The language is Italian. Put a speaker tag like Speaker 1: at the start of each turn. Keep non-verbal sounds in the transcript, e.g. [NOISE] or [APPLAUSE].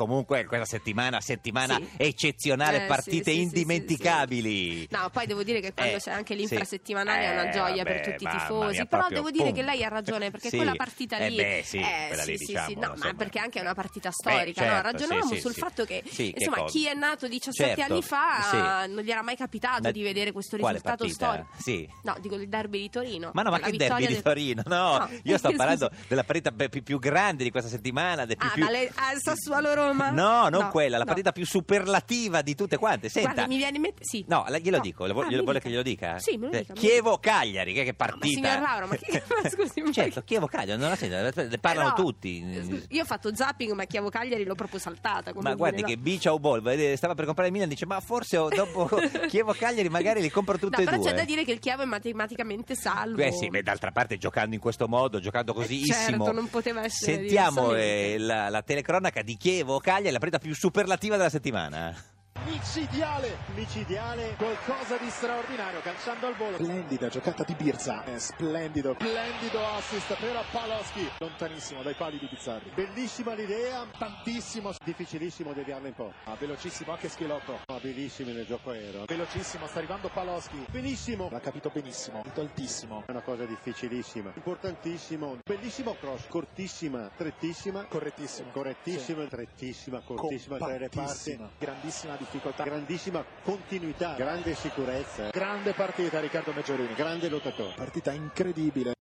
Speaker 1: Comunque quella settimana, settimana
Speaker 2: Sì.
Speaker 1: eccezionale,
Speaker 2: Eh,
Speaker 1: partite
Speaker 2: sì, sì, sì,
Speaker 1: indimenticabili.
Speaker 2: No, poi devo dire che quando
Speaker 1: Eh,
Speaker 2: c'è anche
Speaker 1: sì.
Speaker 2: l'infrasettimanale è una
Speaker 1: Eh,
Speaker 2: gioia
Speaker 1: vabbè,
Speaker 2: per tutti i
Speaker 1: mamma
Speaker 2: tifosi.
Speaker 1: mia,
Speaker 2: Però
Speaker 1: proprio,
Speaker 2: devo dire
Speaker 1: pum.
Speaker 2: che lei ha ragione, perché
Speaker 1: Sì.
Speaker 2: quella partita
Speaker 1: Eh
Speaker 2: lì.
Speaker 1: beh, sì,
Speaker 2: eh,
Speaker 1: quella
Speaker 2: sì,
Speaker 1: lì,
Speaker 2: sì,
Speaker 1: diciamo,
Speaker 2: sì. No,
Speaker 1: insomma.
Speaker 2: ma perché anche è una partita storica.
Speaker 1: Beh,
Speaker 2: no?
Speaker 1: certo,
Speaker 2: Ragionavamo
Speaker 1: sì, sì,
Speaker 2: sul
Speaker 1: sì.
Speaker 2: fatto che,
Speaker 1: Sì, che
Speaker 2: insomma,
Speaker 1: cosa?
Speaker 2: chi è nato 17
Speaker 1: Certo,
Speaker 2: anni fa
Speaker 1: sì.
Speaker 2: non gli era mai capitato
Speaker 1: Ma
Speaker 2: di vedere questo
Speaker 1: quale
Speaker 2: risultato
Speaker 1: partita?
Speaker 2: storico.
Speaker 1: Sì.
Speaker 2: No, dico il derby di Torino.
Speaker 1: Ma no, ma
Speaker 2: La
Speaker 1: che
Speaker 2: vittoria
Speaker 1: derby di
Speaker 2: del-
Speaker 1: Torino? No,
Speaker 2: No,
Speaker 1: io sto
Speaker 2: [LAUGHS] scusi.
Speaker 1: parlando della partita be- più, più grande di questa settimana. del più-
Speaker 2: Ah,
Speaker 1: più-
Speaker 2: dalle- ah, Sassuolo Roma?
Speaker 1: No, non
Speaker 2: No,
Speaker 1: quella, la
Speaker 2: no.
Speaker 1: partita più superlativa di tutte quante. Senta,
Speaker 2: Guardi, mi viene in mente. Sì.
Speaker 1: No, la- glielo
Speaker 2: No.
Speaker 1: dico, lo vo-
Speaker 2: Ah,
Speaker 1: glielo
Speaker 2: mi
Speaker 1: vuole
Speaker 2: dica.
Speaker 1: che glielo dica?
Speaker 2: Sì, me lo
Speaker 1: Eh,
Speaker 2: dica. me lo dica.
Speaker 1: Chievo Cagliari, che, che partita.
Speaker 2: signor
Speaker 1: [LAUGHS]
Speaker 2: Lauro, ma che- [LAUGHS] ma scusi, ma
Speaker 1: certo,
Speaker 2: che-
Speaker 1: Chievo Cagliari, non la sento, la- ne eh, parlano
Speaker 2: Però, eh, scusi,
Speaker 1: tutti.
Speaker 2: Io ho fatto zapping, ma Chiavo Cagliari l'ho proprio saltata. come
Speaker 1: Ma
Speaker 2: dire,
Speaker 1: guardi
Speaker 2: no?
Speaker 1: che Bicia o Bol eh, stava per comprare il Milan dice ma forse oh,
Speaker 2: [LAUGHS]
Speaker 1: dopo Chievo Cagliari magari li compro tutti
Speaker 2: No,
Speaker 1: e
Speaker 2: però
Speaker 1: due.
Speaker 2: c'è da dire che il Chiavo è matematicamente salvo.
Speaker 1: Eh sì, beh, d'altra parte giocando in questo modo, giocando così
Speaker 2: certo, non poteva essere
Speaker 1: Sentiamo
Speaker 2: diversamente.
Speaker 1: eh, la, la telecronaca di Chievo Cagliari, la partita più superlativa della settimana.
Speaker 3: micidiale, micidiale, qualcosa di straordinario, calciando al volo. Splendida giocata di Birza, è splendido, splendido assist per Paloschi, lontanissimo dai pali di Pizzarri. Bellissima l'idea, tantissimo, difficilissimo deviarla un po'. Ah, velocissimo anche Schilotto, abilissimi nel gioco aereo. Velocissimo, sta arrivando Paloschi, benissimo, l'ha capito benissimo, altissimo. È una cosa difficilissima, importantissimo, bellissimo cross, cortissima, strettissima, correttissima, correttissima, strettissima, cortissima tra le parti, grandissima difficoltà, grandissima continuità, grande sicurezza, grande partita Riccardo Meggiorini, grande lottatore. Partita incredibile.